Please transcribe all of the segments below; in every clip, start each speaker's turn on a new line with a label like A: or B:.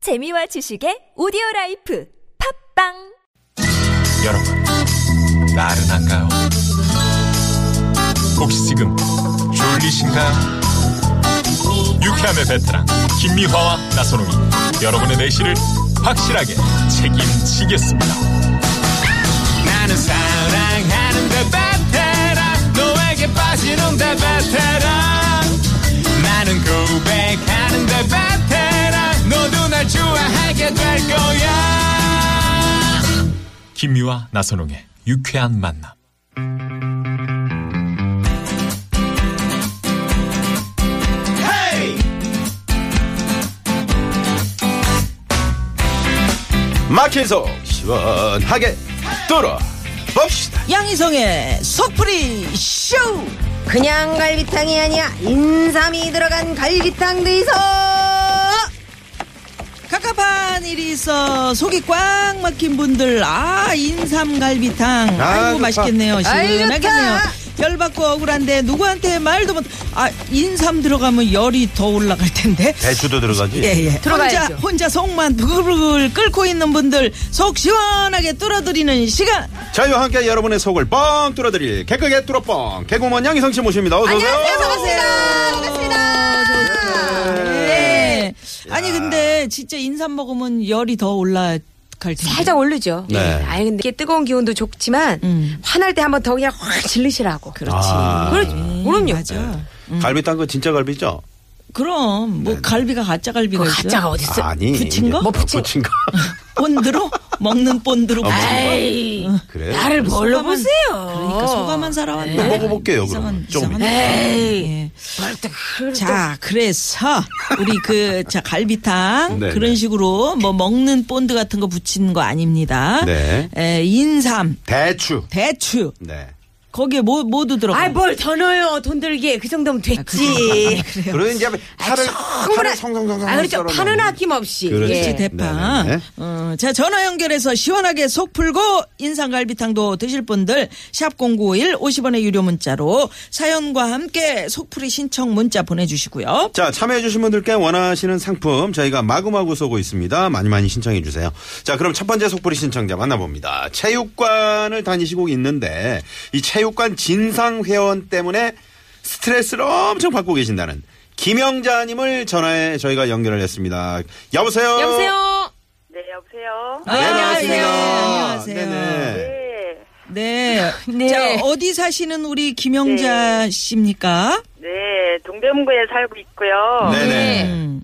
A: 재미와 지식의 오디오 라이프 팝빵
B: 여러분, 나른한가요? 혹시 지금 졸리신가요? 유쾌함의 베테랑 김미화와 나선홍이 여러분의 내실을 확실하게 책임지겠습니다.
C: 나는 사랑하는데 베테랑 너에게 빠지는데 베테랑 나는 고백하는데 베테랑 너도 날 좋아하게 될 거야
B: 김유와 나선홍의 유쾌한 만남.
D: 마켓에서 시원하게 뚫어봅시다.
E: 양희성의 속풀이 쇼!
F: 그냥 갈비탕이 아니야 인삼이 들어간 갈비탕도 있어
E: 갑갑한 일이 있어 속이 꽉 막힌 분들 아 인삼갈비탕
D: 아,
E: 아, 이고
D: 좋다.
E: 맛있겠네요
F: 아이,
E: 시원하겠네요
F: 좋다.
E: 열받고 억울한데 누구한테 말도 못아 인삼 들어가면 열이 더 올라갈 텐데
D: 배추도 들어가지.
E: 예예 혼자
F: 들어가야죠.
E: 혼자 속만 부글부글 끓고 있는 분들 속 시원하게 뚫어드리는 시간
D: 저희와 함께 여러분의 속을 뻥 뚫어드릴 개그계 뚫어뻥 개그우먼 양희성 씨 모십니다. 어서 오세요.
E: 반갑습니다. 네. 아니 근데 진짜 인삼 먹으면 열이 더 올라갈 텐데.
F: 살짝 오르죠.
D: 네.
F: 아니 근데 이게 뜨거운 기운도 좋지만
E: 음.
F: 화날 때 한번 더 그냥 확 질르시라고. 그렇지.
D: 아.
F: 그럼요.
E: 네. 맞아.
D: 갈비탕 그 진짜 갈비죠?
E: 그럼 뭐 갈비가 가짜 갈비가
F: 네. 그
E: 있어요?
F: 가짜가 어딨어?
D: 아니.
E: 부친 거?
D: 이제
E: 뭐
F: 부친
D: 부친가?
E: 본드로 먹는 본드로.
D: 아,
E: 먹는 거.
F: 에이.
D: 그래.
F: 나를 뭘로
E: 소감은-
F: 보세요? 네.
E: 그러니까 소감만 살아왔네.
D: 또 먹어볼게요,
E: 이상한
D: 그러면. 좀
E: 이상한.
F: 에이.
E: 예. 자, 그래서 우리 그 자 갈비탕
D: 네, 네.
E: 그런 식으로 뭐 먹는 본드 같은 거 붙이는 거 아닙니다.
D: 네.
E: 에, 인삼,
D: 대추.
E: 대추
D: 네.
E: 거기에 뭐 모두 들어가.
F: 아이 뭘 더 넣어요. 돈 들게. 그 정도면
E: 아, 그렇죠. 그래요?
F: 됐지.
D: 그리고 이제 파를 파를
F: 충분한-
D: 성성성성.
F: 아 그렇죠. 파는 아낌없이.
D: 그렇지.
E: 그렇지,
F: 예.
E: 대빵.
D: 네네네.
E: 어, 자, 전화 연결해서 시원하게 속 풀고 인삼갈비탕도 드실 분들 샵0951 50원의 유료 문자로 사연과 함께 속풀이 신청 문자 보내주시고요.
D: 자, 참여해주신 분들께 원하시는 상품 저희가 마구마구 쏘고 있습니다. 많이 많이 신청해주세요. 자, 그럼 첫 번째 속보리 신청자 만나봅니다. 체육관을 다니시고 있는데 이 체육관 진상회원 때문에 스트레스를 엄청 받고 계신다는 김영자님을 전화에 저희가 연결을 했습니다. 여보세요?
F: 여보세요.
G: 네, 여보세요.
E: 아,
D: 안녕하세요.
E: 안녕하세요.
D: 네네.
G: 네,
E: 네.
F: 네.
E: 자, 어디 사시는 우리 김영자 씨입니까?
G: 네, 동대문구에 살고 있고요.
D: 네네.
E: 음.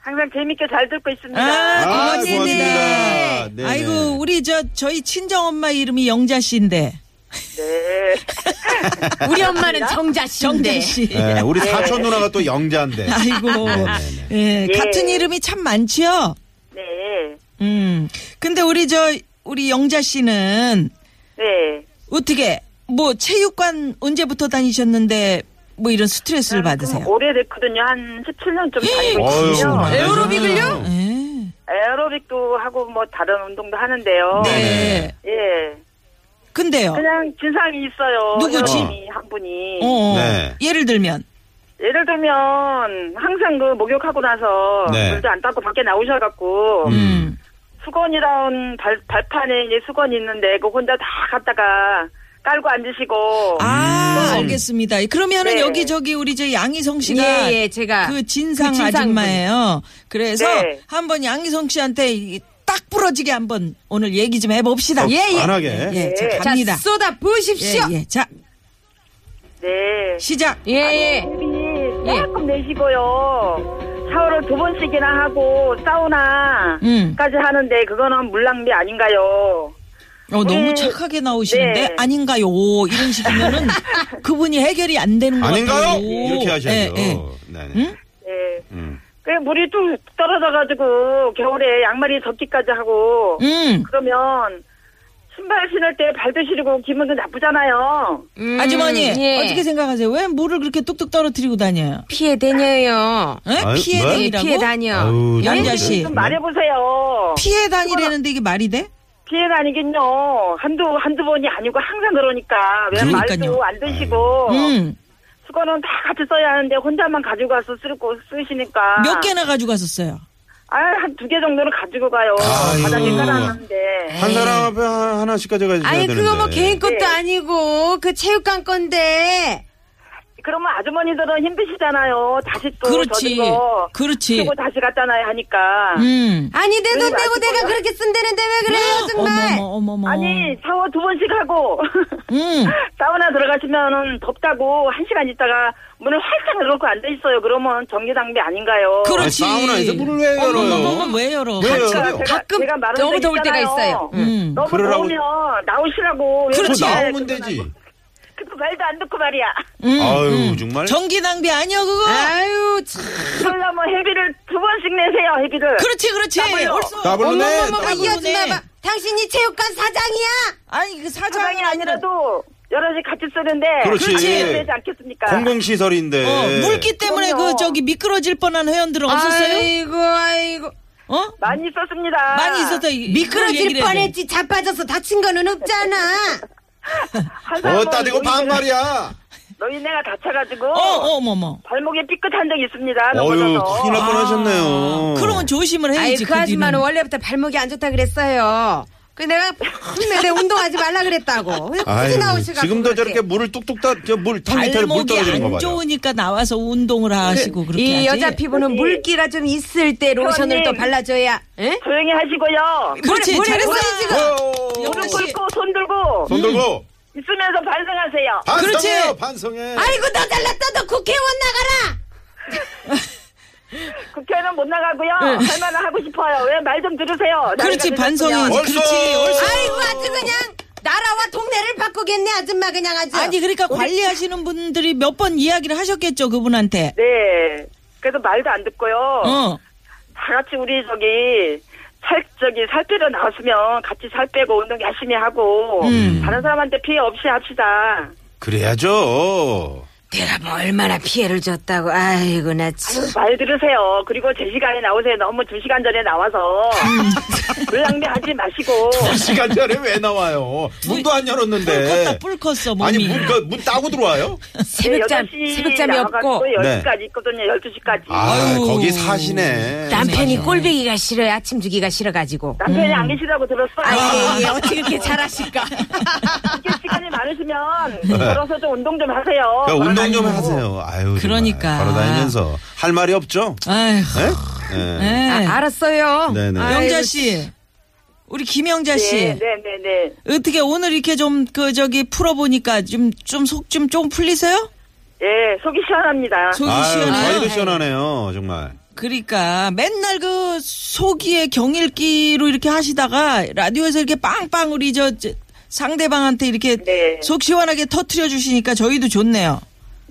G: 항상 재밌게 잘 듣고 있습니다.
E: 아,
D: 아,
E: 고맙습니다.
D: 고맙습니다. 네네.
E: 아이고, 우리 저, 저희 친정엄마 이름이 영자 씨인데.
G: 네.
F: 우리 엄마는 정자 씨인데.
E: 정자 씨.
D: 네, 우리 사촌 누나가 또
E: 네.
D: 영자인데.
E: 아이고.
D: 네네네.
E: 예,
G: 예.
E: 같은 이름이 참 많지요?
G: 네.
E: 음. 근데 우리 저 우리 영자 씨는
G: 네.
E: 어떻게 뭐 체육관 언제부터 다니셨는데 뭐 이런 스트레스를 받으세요?
G: 오래됐거든요. 한 17년 좀 다니고
D: 어휴, 네. 음.
G: 있거든요. 네,
D: 많이
F: 에어로빅을요?
E: 예.
G: 에어로빅도 하고 뭐 다른 운동도 하는데요.
E: 네.
G: 예.
E: 근데요.
G: 그냥 진상이 있어요.
E: 누구지?
G: 여름이 한 분이.
E: 어.
D: 네.
E: 예를 들면
G: 예를 들면 항상 그 목욕하고 나서
D: 네.
G: 물도 안 닦고 밖에 나오셔갖고
E: 음.
G: 수건이라운 발, 발판에 이제 수건이 있는데 그 혼자 다 갖다가 깔고 앉으시고
E: 아, 알겠습니다. 그러면은
G: 네.
E: 여기 저기 우리 저 양희성 씨가
F: 음. 예, 예, 제가.
E: 그 진상
F: 그 진상분.
E: 아줌마예요. 그래서
G: 네.
E: 한번 양희성 씨한테 이- 딱 부러지게 한번 오늘 얘기 좀해
D: 어,
E: 봅시다.
F: 예, 예.
D: 안하게.
E: 예, 자,
F: 자,
G: 네.
E: 갑니다.
F: 쏟아
E: 예,
F: 부으십시오.
E: 예. 자,
G: 네.
E: 시작.
F: 예, 예.
G: TV
F: 예.
G: 조금 내시고요. 샤워를 두 번씩이나 하고 사우나까지
E: 음.
G: 하는데 그거는 물 낭비 아닌가요?
E: 어, 너무
G: 네.
F: 음.
E: 착하게 나오시는데
G: 네.
E: 아닌가요? 이런 식이면은 그분이 해결이 안 되는 것
D: 아닌가요?
E: 같아요.
D: 이렇게 하셔야죠.
E: 음. 예, 예.
D: 네네.
E: 응?
G: 예.
D: 음.
G: 그 물이 뚝 떨어져가지고 겨울에 양말이 젖기까지 하고
E: 음.
G: 그러면 신발 신을 때 발도 시리고 기분도 나쁘잖아요.
F: 음,
E: 아주머니
F: 예.
E: 어떻게 생각하세요? 왜 물을 그렇게 뚝뚝 떨어뜨리고 다녀요?
F: 피해 다녀요.
E: 예?
D: 아유,
E: 피해
D: 뭐? 예?
F: 예,
E: 다니라고?
F: 피해 다녀.
D: 아유,
E: 양자 씨.
G: 좀 말해보세요.
E: 피해 다니라는데 이게 말이 돼?
G: 피해 다니긴요. 한두 한두 번이 아니고 항상 그러니까 왜
E: 그러니까요.
G: 말도 안
F: 어.
G: 드시고
E: 음.
G: 수건은 다 같이 써야 하는데 혼자만 가지고 와서 쓰고 쓰시니까
F: 아.
E: 몇 개나 가지고 갔었어요?
G: 아, 한 두 개 정도는 가지고 가요.
D: 아, 예.
G: 바닥에 깔아놨는데.
D: 한 사람 앞에 하- 하나씩 가져가야 되는데.
F: 아니 그거 뭐 개인 것도
G: 네.
F: 아니고 그 체육관 건데
G: 그러면 아주머니들은 힘드시잖아요. 다시 또
E: 그렇지.
G: 젖은 거
E: 그렇지.
G: 쓰고 다시 갔잖아요 하니까.
E: 음.
F: 아니 내 돈
G: 그러지
F: 내고
G: 마시고요.
F: 내가 그렇게 쓴다는데 왜 그래요 정말?
E: 아, 어머머, 어머머.
G: 아니 샤워 두 번씩 하고
E: 음.
G: 사우나 들어가시면은 덥다고 한 시간 있다가 문을 활짝 열어놓고 앉아 있어요. 그러면 전기 장비 아닌가요?
D: 아니,
E: 그렇지.
D: 사우나에서 물을 왜 열어요?
E: 어머머, 왜 열어?
D: 왜 열어요?
G: 그러니까 제가-
F: 가끔
G: 제가 말한
F: 너무
G: 적
F: 더울 때가 있어요.
E: 음.
G: 너무
D: 그러라고-
G: 더우면 나오시라고.
D: 그
E: 그렇지.
D: 나오면 되지.
G: 그 말도 안 듣고 말이야.
D: 아유 정말.
E: 음, 전기 낭비 아니야 그거.
F: 아유 참.
G: 그러려면 회비를 두 번씩 내세요. 회비를.
E: 그렇지 그렇지.
G: 나불러.
E: 옳소.
D: 나불러네.
F: 어머머머
E: 따블로네.
F: 이 아줌마 봐. 당신이 체육관 사장이야?
E: 아니 그 사장이
G: 사장이
E: 아니라
G: 아니라도 여러 가지 같이 쓰는데
D: 그렇지.
G: 같이 되지 않겠습니까?
D: 공공시설인데.
E: 어, 물기 때문에
G: 그럼요.
E: 그 저기 미끄러질 뻔한 회원들은 없었어요?
F: 아이고 아이고
E: 어?
G: 많이 있었습니다.
E: 많이 있었다. 이- 그걸
F: 아. 미끄러질
E: 얘기를 해야 돼.
F: 뻔했지 자빠져서 다친 거는 없잖아.
G: 한 사람은
D: 어 따대고
G: 노인네가-
D: 반말이야.
G: 노인네가 다쳐가지고
E: 어, 어, 어머머.
G: 발목에 삐끗한 적이 있습니다.
D: 어유
G: 넘어져서.
D: 큰일 날 뻔하셨네요.
E: 아, 그러면 조심을
F: 아이
E: 해야지.
F: 그 아줌마는
E: 뒤는.
F: 원래부터 발목이 안 좋다 그랬어요. 그 내가 혼내 내 운동하지 말라 그랬다고. 왜 굳이
D: 아유,
F: 나오시가
D: 지금도 저렇게 물을 뚝뚝 따저물탕 밑에로 물
E: 발목이
D: 떨어지는 거
E: 안
D: 봐요.
E: 좋으니까 나와서 운동을 하시고 그, 렇게
F: 이
E: 하지.
F: 여자 피부는 물기가 좀 있을 때 로션을
G: 회원님.
F: 또 발라줘야. 예?
G: 조용히 하시고요.
E: 그렇지
F: 뭐래, 뭐래,
E: 잘했어.
F: 뭐래, 지금.
D: 어유,
G: 무릎
E: 역시.
G: 꿇고 손 들고
D: 손 아. 들고
G: 있으면서 반성하세요.
D: 반성해요.
E: 음. 그렇지.
D: 반성해.
F: 아이고 너 잘났다 너 국회의원 나가라.
G: 국회는 못 나가고요. 할 말을 하고 싶어요. 왜 말 좀 들으세요.
E: 그렇지
G: 나이가
E: 반성해.
G: 드셨군요.
D: 옳소.
E: 그렇지 옳소.
F: 아이고 아주 그냥 나라와 동네를 바꾸겠네 아줌마 그냥 아주.
E: 아니 그러니까 관리하시는 분들이 몇 번 이야기를 하셨겠죠 그분한테.
G: 네. 그래서 말도 안 듣고요.
D: 네.
E: 어.
G: 다 같이 우리 저기 살 저기 살 빼러 나왔으면 같이 살 빼고 운동 열심히 하고
F: 음.
G: 다른 사람한테 피해 없이 합시다.
D: 그래야죠.
F: 내가 뭐 얼마나 피해를 줬다고. 아이고 나 참.
G: 말 들으세요. 그리고 제 시간에 나오세요. 너무 두 시간 전에 나와서
F: 음.
G: 물 낭비하지 마시고
D: 이 시간 전에 왜 나와요? 문도 안 열었는데.
E: 뿔컸다 뿔컸어
D: 아니
E: 몸이.
D: 문, 그, 문 따고 들어와요?
F: 새벽잠
G: 네, 8시
F: 새벽잠이 없고
G: 나와가지고
D: 네.
G: 10시까지 있거든요. 12시까지.
D: 아
E: 아유.
D: 거기 사시네. 그러니까
F: 남편이 꼴배기가 싫어요 아침 주기가 싫어가지고.
G: 남편이 안 계시다고 들었어요.
F: 음. 아이 예, 어떻게 그렇게 잘하실까?
G: 이게 시간이 많으시면 걸어서 좀 운동 좀 하세요.
D: 네. 그러니까 운동 좀
G: 걸어다니고.
D: 하세요. 아유
E: 그러니까.
D: 걸어 다니면서 할 말이 없죠.
E: 아휴.
D: 네? 네.
E: 네.
F: 아, 알았어요.
D: 네네.
F: 아이고,
E: 영자 씨. 우리 김영자 씨.
G: 네, 네, 네, 네.
E: 어떻게 오늘 이렇게 좀 그 저기 풀어보니까 좀 좀 속 좀 좀 풀리세요?
G: 예, 속이 시원합니다.
E: 속이
D: 아유,
E: 시원해요.
D: 저희도 시원하네요, 정말.
E: 그러니까 맨날 그 속이의 경일기로 이렇게 하시다가 라디오에서 이렇게 빵빵 우리 저, 저 상대방한테 이렇게
G: 네.
E: 속 시원하게 터트려 주시니까 저희도 좋네요.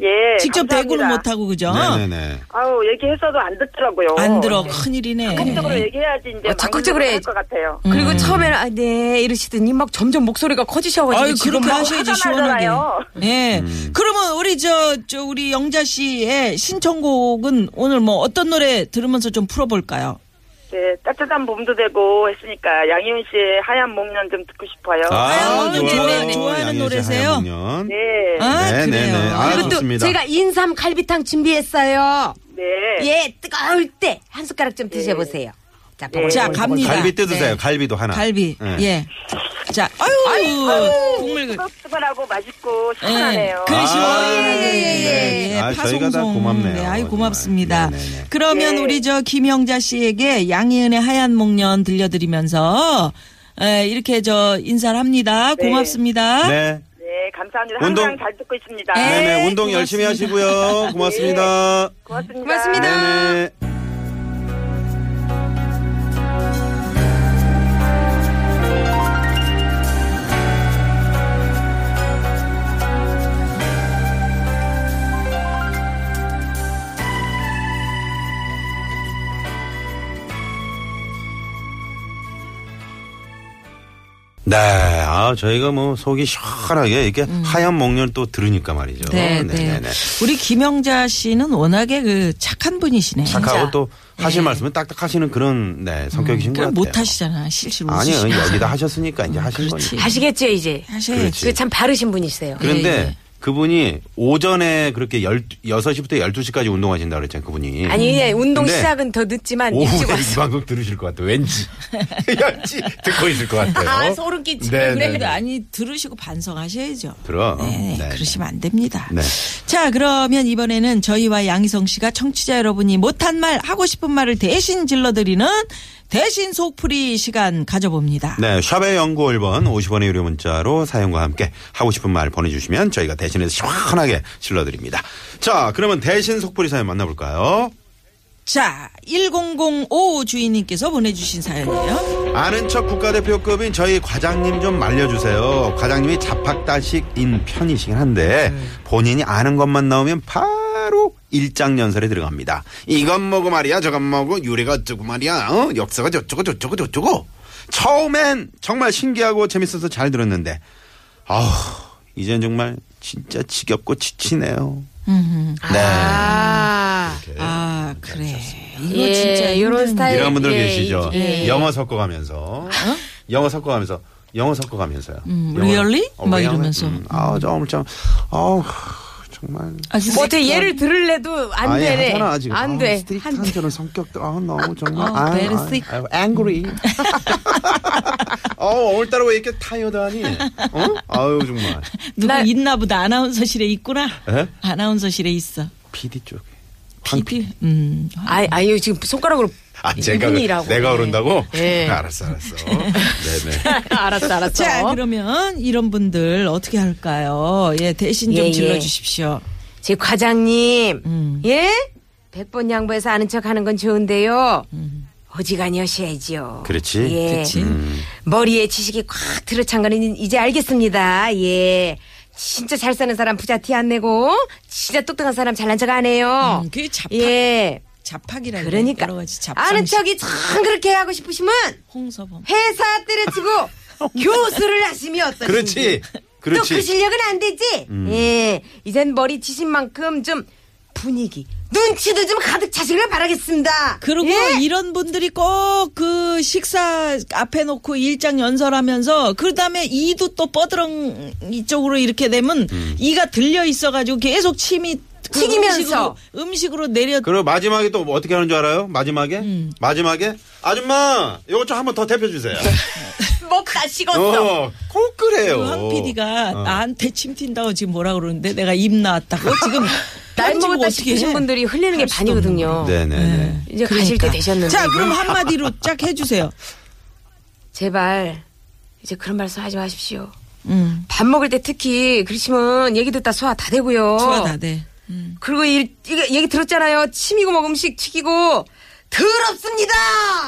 G: 예.
E: 직접
G: 감사합니다.
E: 대꾸는 못하고 그죠?
D: 네네네.
G: 아우 얘기했어도 안 듣더라고요.
E: 안 들어
G: 네.
E: 큰일이네.
G: 적극적으로 얘기해야지 이제
F: 어, 적극적으로 해야지.
G: 할것 같아요.
F: 그리고 처음에는 아, 네 이러시더니 막 점점 목소리가 커지셔가지고
E: 아유
F: 지금
E: 그렇게
F: 막
E: 어, 하셔야지
G: 뭐 화가
E: 시원하게.
G: 나잖아요.
E: 예.
D: 음.
E: 그러면 우리 저, 저 우리 영자 씨의 신청곡은 오늘 뭐 어떤 노래 들으면서 좀 풀어볼까요?
G: 네, 따뜻한 봄도 되고 했으니까 양희은 씨의 하얀 목련 좀 듣고 싶어요.
E: 아유, 좋아요. 좋아하는
D: 양희은 씨
E: 노래세요?
D: 하얀 목련.
G: 네,
E: 아
D: 네,
E: 그래요.
D: 네, 네. 아,
F: 그리고 또
D: 좋습니다.
F: 제가 인삼 갈비탕 준비했어요.
G: 네.
F: 예 뜨거울 때 한 숟가락 좀 드셔보세요. 자, 보글보글
E: 자,
F: 보글보글.
E: 갑니다.
D: 어, 갈비 뜯으세요. 갈비도 하나.
E: 네. 갈비.
D: 네.
E: 예. 자, 아유, 국물 그-
G: 뜨끈뜨끈하고 맛있고
E: 예.
G: 시원하네요.
E: 그 시원하게.
D: 네.
E: 예,
D: 아,
E: 파송송.
D: 저희가 다 고맙네요.
E: 네, 아유
D: 정말.
E: 고맙습니다.
D: 네, 네, 네.
E: 그러면
G: 네.
E: 우리 저 김영자 씨에게 양희은의 하얀 목련 들려드리면서 예, 이렇게 저 인사를 합니다.
G: 네.
E: 고맙습니다.
D: 네.
G: 네, 감사합니다. 항상
D: 운동-
G: 잘 듣고 있습니다.
E: 네.
D: 네네. 운동
E: 고맙습니다. 네.
D: 열심히 하시고요. 고맙습니다.
G: 고맙습니다.
F: 고맙습니다.
D: 네네. 네, 아, 저희가 뭐 속이 시원하게 이렇게 하얀 목련 또 들으니까 말이죠.
E: 네, 네. 우리 김영자 씨는 워낙에 그 착한 분이시네.
D: 착하고 또 하실 말씀은 딱딱 하시는 그런 네, 성격이신 것 같아요.
E: 네. 음, 못 하시잖아. 실실
D: 아니요,
E: 웃으시고.
D: 여기다 하셨으니까 이제 하실
E: 그렇지.
D: 거니까.
F: 하시겠죠 이제.
E: 하셔야지.
D: 그렇지.
F: 그 참 바르신 분이세요.
D: 그런데
E: 예, 예.
D: 그분이 오전에 그렇게 열, 6시부터 12시까지 운동하신다 그랬잖아요. 그분이.
H: 아니 예, 운동
D: 근데
H: 시작은 더 늦지만
D: 음. 네. 오후에 네.
H: 일찍
D: 이
H: 왔어.
D: 방송 들으실 것 같아요. 왠지. 왠지 듣고 있을 것 같아요.
H: 아, 소름 끼치네.
D: 네, 네, 네.
E: 그래도 아니 들으시고 반성하셔야죠.
D: 그럼.
E: 네,
D: 네.
E: 그러시면 안 됩니다.
D: 네.
E: 자, 그러면 이번에는 저희와 양희성 씨가 청취자 여러분이 못한 말, 하고 싶은 말을 대신 질러드리는 대신 속풀이 시간 가져봅니다.
D: 네, 샵의 연구 1번 50원의 유료 문자로 사연과 함께 하고 싶은 말 보내주시면 저희가 대신해서 시원하게 실러드립니다. 자, 그러면 대신 속보리 사연 만나볼까요?
E: 자, 1005 주인님께서 보내주신 사연이에요.
D: 아는 척 국가대표급인 저희 과장님 좀 말려주세요. 과장님이 자팍다식인 편이시긴 한데 본인이 아는 것만 나오면 바로 일장연설에 들어갑니다. 이건 뭐고 말이야 저건 뭐고 유래가 어쩌고 말이야 어? 역사가 저쩌고 저쩌고 저쩌고 처음엔 정말 신기하고 재밌어서 잘 들었는데 아우 이젠 정말 진짜 지겹고 지치네요. 네.
H: 아,
E: 아, 그래. 이거
H: 예,
E: 진짜
H: 이런
E: 힘든-
H: 스타일.
D: 이런 분들
H: 예,
D: 계시죠.
H: 예, 예.
D: 영어 섞어가면서 영어 섞어가면서 영어 섞어가면서요.
E: 음,
D: 영어-
E: really? 막
D: really?
E: 이러면서.
D: 음, 아우 정말 참 아우 정말
E: 아, 진짜
H: 뭐 어떻게 얘를 들을래도 안
D: 아예
H: 되네.
D: 하잖아 지금.
H: 안
D: 아우,
H: 돼. 안
D: 스트릭트한
H: 돼. 어,
D: 저런 성격도 아 너무 정말
E: 아우,
D: 아유,
E: very
D: 아유,
E: sick.
D: 아유, angry.
H: 음.
D: 어 오늘따라 왜 이렇게 타이어드하니? 어? 아유 정말
E: 누구
H: 나-
E: 있나 보다. 아나운서실에 있구나.
D: 에?
E: 아나운서실에 있어.
D: PD 쪽에.
E: PD. 음.
H: 아, 아유 지금 손가락으로
D: 아 제가 그-
H: 이분이라고.
D: 내가 그런다고?
H: 예.
D: 알았어 알았어. 네네.
H: 알았어, 알았어.
E: 자, 그러면 이런 분들 어떻게 할까요? 예, 대신 좀
H: 예, 예.
E: 질러 주십시오.
H: 제 과장님,
E: 음.
H: 예? 백 번 양보해서 아는 척 하는 건 좋은데요. 어지간히 하셔야지요.
D: 그렇지.
H: 예.
E: 그렇지.
H: 머리에 지식이 꽉 들어찬 거는 이제 알겠습니다. 예. 진짜 잘 사는 사람 부자 티 안 내고, 진짜 똑똑한 사람 잘난 척 안 해요.
E: 음, 그게 자팍.
H: 예.
E: 자팍이라는
H: 그러니까.
E: 여러 가지 잡상
H: 아는 척이 참 그렇게 하고 싶으시면,
E: 홍서범.
H: 회사 때려치고, 교수를 하시면 어떠신지.
D: 그렇지.
H: 또 그
D: 그렇지. 음.
H: 실력은 안 되지. 예, 이젠 머리 치신 만큼 좀 분위기, 눈치도 좀 가득 차시길 바라겠습니다.
E: 그리고
H: 예?
E: 이런 분들이 꼭 그 식사 앞에 놓고 일장 연설하면서 그다음에 이도 또 뻐드렁 이쪽으로 이렇게 되면 이가 들려 있어가지고 계속 침이 그
H: 튀기면서.
E: 음식으로, 음식으로 내려
D: 그리고 마지막에 또 어떻게 하는 줄 알아요? 마지막에?
E: 음.
D: 마지막에? 아줌마, 요거 좀 한번 더 대표주세요.
E: 뭐
H: 먹다 식었어.
D: 어, 꼭 그래요.
E: 황 PD가
D: 어.
E: 나한테 침 튄다고 지금 뭐라 그러는데 내가 입 나왔다고 지금
H: 날
E: 편집
H: 먹었다
E: 어떻게
H: 싶으신
E: 해?
H: 어? 분들이 흘리는 게
E: 할 수도
H: 반이거든요.
D: 어. 네네네.
H: 이제 가실 때 되셨는데.
E: 그러니까. 자 그럼 한마디로 쫙 해주세요.
H: 제발 이제 그런 말씀 하지 마십시오.
E: 음.
H: 밥 먹을 때 특히 그러시면 얘기 듣다 소화 다 되고요.
E: 좋아 음. 다 돼.
H: 그리고 이, 이 얘기 들었잖아요. 침이고 먹 음식 튀기고 더럽습니다.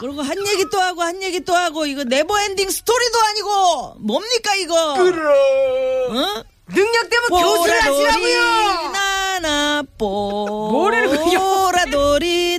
E: 그리고 한 얘기 또 하고 한 얘기 또 하고 이거 네버엔딩 스토리도 아니고 뭡니까 이거? 어?
H: 능력 되면 그 교수를 하시라고요.
E: 나나뽀
H: 뭐래요, 그냥.
E: 보라돌이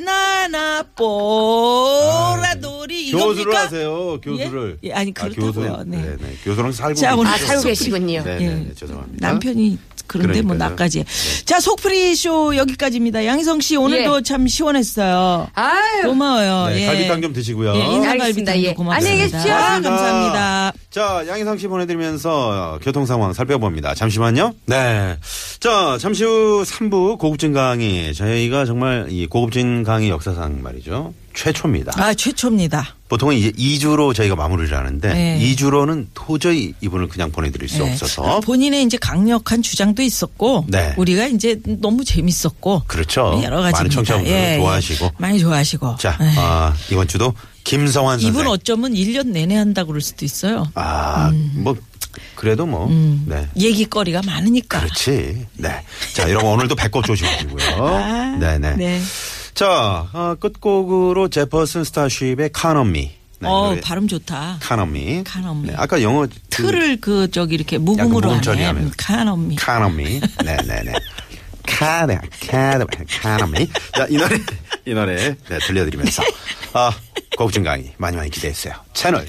E: 나나뽀 보라돌이
D: 교수를
E: 이겁니까?
D: 하세요, 교수를.
E: 예? 예, 아니, 그렇다고요.
D: 교수,
E: 네.
D: 네네. 교수랑 살고
E: 자, 오늘
H: 아,
D: 계시죠?
H: 살고 계시군요.
D: 네네네.
E: 예.
D: 죄송합니다.
E: 남편이 그런데 뭐
D: 그러니까요. 네.
E: 나까지. 자, 속풀이 쇼 여기까지입니다. 양희성 씨 오늘도
H: 예.
E: 참 시원했어요.
H: 아유.
E: 고마워요.
D: 네,
E: 예.
D: 갈비탕 좀 드시고요.
E: 예,
H: 알겠습니다.
E: 인삼갈비탕도
H: 예.
E: 고맙습니다.
H: 안녕히 계십시오.
E: 아, 감사합니다.
D: 자, 양희성 씨 보내드리면서 어, 교통 상황 살펴봅니다. 잠시만요. 네. 자, 잠시 후 3부 고급진 강의. 저희가 정말 이 고급진 강의 역사상 말이죠. 최초입니다.
E: 아, 최초입니다.
D: 보통은 이제 2주로 저희가 마무리를 하는데
E: 네.
D: 2주로는 도저히 이분을 그냥 보내드릴 수
E: 네.
D: 없어서.
E: 본인의 이제 강력한 주장도 있었고
D: 네.
E: 우리가 이제 너무 재밌었고 예,
D: 그렇죠.
E: 네, 여러 예, 가지
D: 많은 청취자분들 좋아하시고.
E: 많이 좋아하시고
D: 자,
E: 예.
D: 아, 이번 주도 김성환 선생.
E: 이분 어쩌면 1년 내내 한다고 그럴 수도 있어요.
D: 아, 뭐 그래도 뭐.
E: 음.
D: 네.
E: 얘기거리가 많으니까.
D: 그렇지. 네. 자, 여러분 오늘도 배꼽 조심하시고요.
E: 아,
D: 네네.
E: 네.
D: 자, 어, 끝곡으로 제퍼슨 스타쉽의 카너미. 네,
E: 어,
D: 노래.
E: 발음 좋다.
D: 카너미.
E: Can on me.
D: 네, 아까 영어 그
E: 틀을 그 저기 이렇게 무음으로
D: 약간 무음
E: 하네.
D: 처리하면서.
E: 음, 카노미.
D: 카노미. 네네네. 카네, 카네, 카노미. 자, 이 노래, 이 노래 네, 들려드리면서 아, 고급진 강의 많이 많이 기대했어요. 채널